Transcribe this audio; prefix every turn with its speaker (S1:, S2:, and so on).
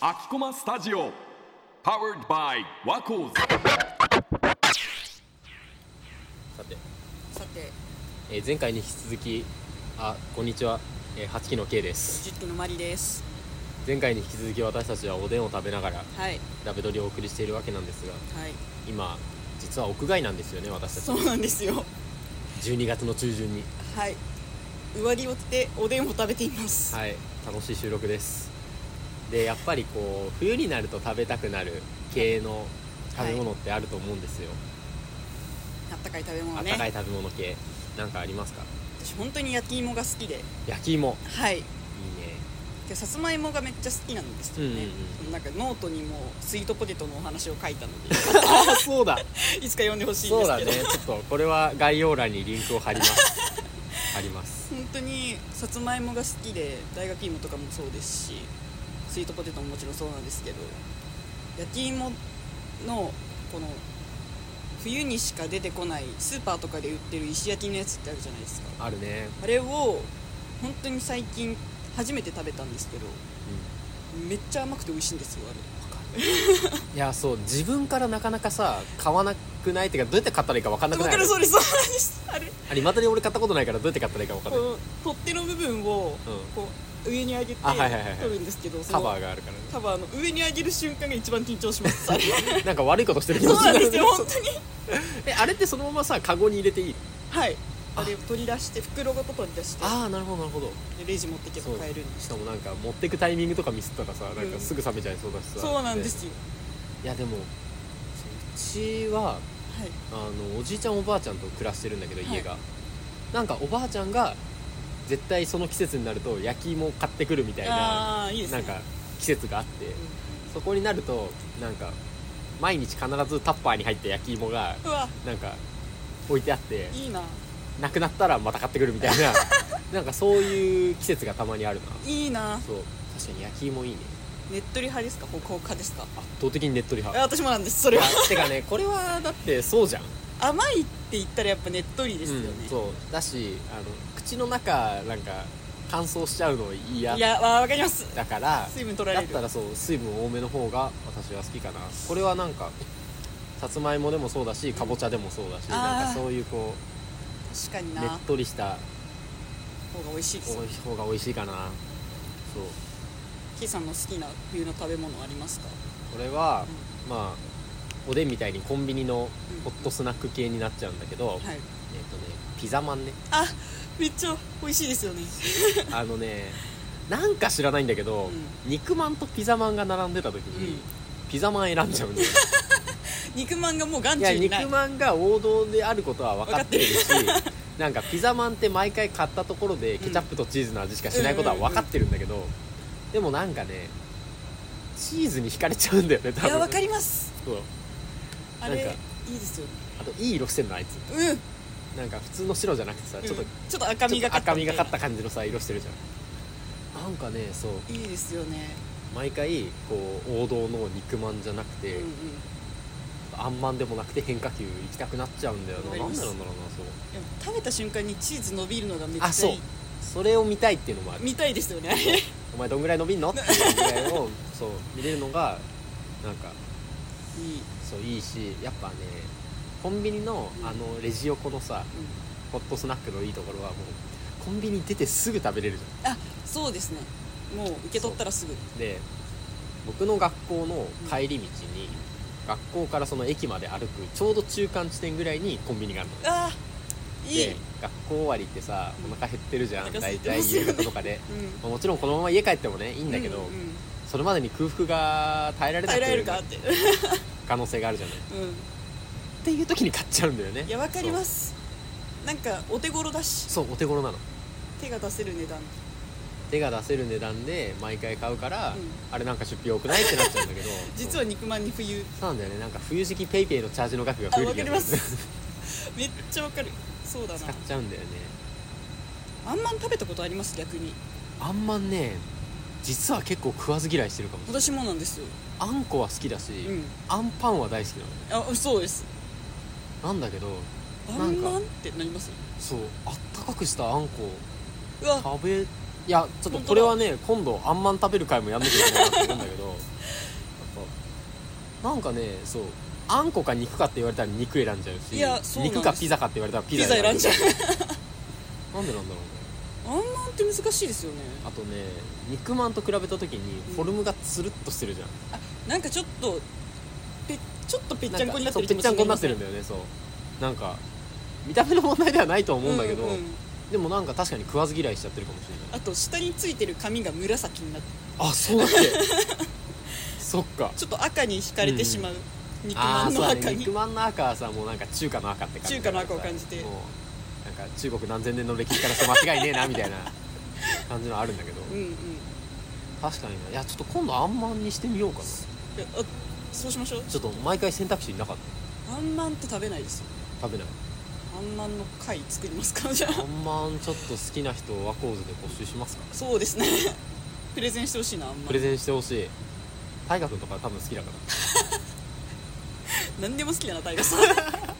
S1: 秋駒スタジオ Powered by ワコーズ
S2: さて、
S3: さて
S2: えー前回に引き続きあこんにちは、えー、8期の K です
S3: 10期のマリです
S2: 前回に引き続き私たちはおでんを食べながら
S3: はい
S2: ラベドリをお送りしているわけなんですが
S3: はい
S2: 今実は屋外なんですよね私たち
S3: そうなんですよ
S2: 12月の中旬に
S3: はい上着を着ておでんを食べています、
S2: はい楽しい収録ですでやっぱりこう冬になると食べたくなる系の食べ物ってあると思うんですよ、
S3: あったかい食べ
S2: あ
S3: 物
S2: ったか
S3: ね
S2: い食べ物系なんかありますか
S3: 私本当に焼き芋が好きで
S2: 焼き芋
S3: はい
S2: いい ね
S3: でさつまいもがめっちゃ好きなんですよね、
S2: うんうんうん
S3: そのなんかノートにもスイートポテトのお話を書いた ので
S2: あそうだ
S3: いつか読んでほしいん
S2: そ
S3: で
S2: う
S3: す
S2: だ
S3: け
S2: ね
S3: ど、
S2: ちょっとこれは概要欄にリンクを貼ります 貼ります
S3: 本当にさつまいもが好きで大学芋とかもそうですしスイートポテトももちろんそうなんですけど焼き芋のこの冬にしか出てこないスーパーとかで売ってる石焼きのやつってあるじゃないですか
S2: あるね、
S3: あれを本当に最近初めて食べたんですけどめっちゃ甘くて美味しいんですよあれ
S2: いやそう自分からなかなかさ買わなくないっていうかどうやって買ったらいいか分かんなく
S3: わ
S2: な
S3: か
S2: い
S3: るそうですそうなんですあれ
S2: あれ未だに俺買ったことないからどうやって買ったらいいか分かんない
S3: こう取っ手の部分をこう上に上げて
S2: あはいはいはいはい
S3: 取るんですけどそ
S2: カ
S3: の
S2: バーがあるからね
S3: カバーの上に上げる瞬間が一番緊張 しますあれ
S2: なんか悪いことしてる気
S3: そ
S2: 持
S3: う
S2: ち
S3: なん
S2: になる
S3: ですよ本当に
S2: えあれってそのままさカゴに入れていい
S3: はいあれを取り出して袋ごと取り出して
S2: ああなるほどなるほど
S3: でレジ持ってけば
S2: そう
S3: 買えるんで
S2: し
S3: す
S2: かもなんか持ってくタイミングとかミスったらさなんかすぐ冷めちゃいそうだしさ、
S3: そうなんですよ
S2: いやでもうちは
S3: はい
S2: あのおじいちゃんおばあちゃんと暮らしてるんだけど
S3: はい
S2: 家が、なんかおばあちゃんが絶対その季節になると焼き芋を買ってくるみたいな
S3: ああいいです
S2: な
S3: ね
S2: んか季節があって、そこになるとなんか毎日必ずタッパーに入った焼き芋が
S3: うんうわ
S2: なんか置いてあって
S3: いいな
S2: なくなったらまた買ってくるみた いななんかそういう季節がたまにあるない
S3: いな
S2: そう確かに焼き芋いいね
S3: ねっとり派ですかホクホク派ですか
S2: 圧倒的にねっとり
S3: あ
S2: 派
S3: 私もなんですそれは
S2: てかねこれはだってそうじゃん
S3: 甘いって言ったらやっぱねっとりですよね
S2: うん、そうだしあの口の中なんか乾燥しちゃうの嫌
S3: いやわわかります
S2: だから
S3: 水分取ら
S2: だっ
S3: れる
S2: たらそう水分多めの方が私は好きかなこれはなんかさつまいもでもそうだしかぼちゃでもそうだし
S3: あー
S2: なんかそういうこ
S3: 確かに
S2: う
S3: な
S2: ねっ
S3: 方
S2: とりした
S3: が美味しいです
S2: おい方が美味しいかなそう
S3: キイさんの好きな冬の食べ物ありますか
S2: これは、まあおでんみたいにコンビニのホットスナック系になっちゃうんだけど、えっと
S3: はい
S2: ねピザマンね
S3: あめっちゃ美味しいですよね
S2: あのねなんか知らないんだけど、
S3: う
S2: 肉まんとピザまんが並んでた時に、
S3: うん
S2: ピザまん選んじゃうんだ よ
S3: 肉まんがもう眼
S2: いや
S3: 中にない
S2: 肉まんが王道であることは分かってるし なんかピザまんって毎回買ったところでケチャップとチーズの味しかしないことは分かってるんだけど、でもなんかねチーズに惹かれちゃうんだよね多分
S3: いやわかります
S2: そう
S3: あれ
S2: なんか
S3: いいですよね
S2: あといい色してんのあいつ
S3: うん、うん
S2: なんか普通の白じゃなくてさち
S3: ち
S2: ょっと,、
S3: ょっと赤みがかった
S2: 赤みがかった
S3: み
S2: 感じのさ色してるじゃんなんかねそう
S3: たいないいですよね
S2: 毎回こう王道の肉まんじゃなく
S3: う
S2: て、
S3: んうん
S2: あんまんでもなくて変化球行きたくなっちゃうんだよ
S3: わ
S2: な
S3: かり
S2: 何
S3: ます
S2: なんだろうなそう
S3: でも食べた瞬間にチーズ伸びるのがめっ
S2: あ
S3: ちゃ
S2: そ
S3: いうい
S2: それを見たいっていうのもある
S3: 見たいですよねあれ
S2: お前どんぐらい伸びんのっていうぐらいをそう見れるのがなんか
S3: いい、
S2: そういいしやっぱねコンビニの
S3: うん
S2: あのレジ横のさホットスナックのいいところはもうコンビニ出てすぐ食べれるじ
S3: うん、 あそうですねもう受け取ったらすぐ
S2: ゃんで僕の学校の帰り道に学校からその駅まで歩くちょうど中間地点ぐらいにコンビニがあるの
S3: あーいい、
S2: で学校終わりってさ
S3: うん
S2: お腹減ってるじゃん
S3: お腹空
S2: 大
S3: いてま
S2: 体
S3: すよ
S2: 夕
S3: ね
S2: 方とかで
S3: うん
S2: まあもちろんこのまま家帰ってもねいいんだけど、
S3: うんうん
S2: それまでに空腹が耐えられな
S3: 耐えられる
S2: く
S3: か
S2: な
S3: っ
S2: る
S3: て、
S2: 可能性があるじゃないっ
S3: う
S2: ていう時に買っちゃうんだよね
S3: ん、いやわかりますなんかお手頃だし
S2: そうそうお手頃なの
S3: 手が出せる値段
S2: 手が出せる値段で毎回買うから、
S3: うん
S2: あれなんか出費多くないってなっちゃうんだけど
S3: 実は肉まんに冬
S2: そうなんだよねなんか冬時期ペイペイのチャージの額が増える気がす
S3: あ
S2: る
S3: わかめっちゃわかるそうだ な
S2: 使っちゃうんだよね
S3: あんまん食べたことあります逆に
S2: あんまんね実は結構食わず嫌いしてるかもしれない
S3: 私もなんですよ
S2: あんこは好きだし、
S3: うん
S2: あんパンは大好きな
S3: あそうです
S2: のなんだけど
S3: あ
S2: なん
S3: ん
S2: か
S3: まんってなります
S2: そうあったかくしたあんこ
S3: うわ
S2: 食べいやちょっとこれはね今度あんまん食べる回もやんなきゃいけないなと思うんだけどやっ ぱなんかねそうあんこか肉かって言われたら肉選んじゃうし
S3: いやそうなんです
S2: 肉かピザかって言われたらピ
S3: ピ
S2: ザ
S3: ザ選んじゃう
S2: うなんでなんだろ
S3: あんまんって難しいですよね
S2: うねあとね肉まんと比べた時にフォルムがつるっとしてるじゃん
S3: なんかちょっとぺちょっとぺっちゃんこになって
S2: そう
S3: る
S2: ぺっちゃんこになってるんだ
S3: よ
S2: よねそうなんか見た目の問題ではないと思うんだけど、
S3: うんうん
S2: でもなんか確かに食わず嫌いしちゃってるかもしれない
S3: あと下についてる髪が紫になって
S2: あそうだっけ そっか
S3: ちょっと赤に惹かれてしまう、肉
S2: あ
S3: ま
S2: あ
S3: ん
S2: そう
S3: の
S2: だ
S3: 赤
S2: ね
S3: に、
S2: 肉まんの赤はさもうなんか中華の赤って感じ
S3: 中華の赤を感じて
S2: もうなんか中国何千年の歴史からして間違いねえなみたいな感じのあるんだけど
S3: うんうんい
S2: 確かにないやちょっと今度あんまんにしてみようかなち
S3: やあそうしましょう
S2: ょっと毎回選択肢なかっ
S3: あんまんって食べないですよ
S2: た食べない
S3: あんまんの貝作りますかじゃ
S2: あ
S3: あ
S2: んまんちょっと好きな人ワコーズで募集しますか
S3: そうですね プレゼンしてほしいなあんま
S2: プレゼンしてほしい大河君とか多分好きだから
S3: 何でも好きだなタイガーさん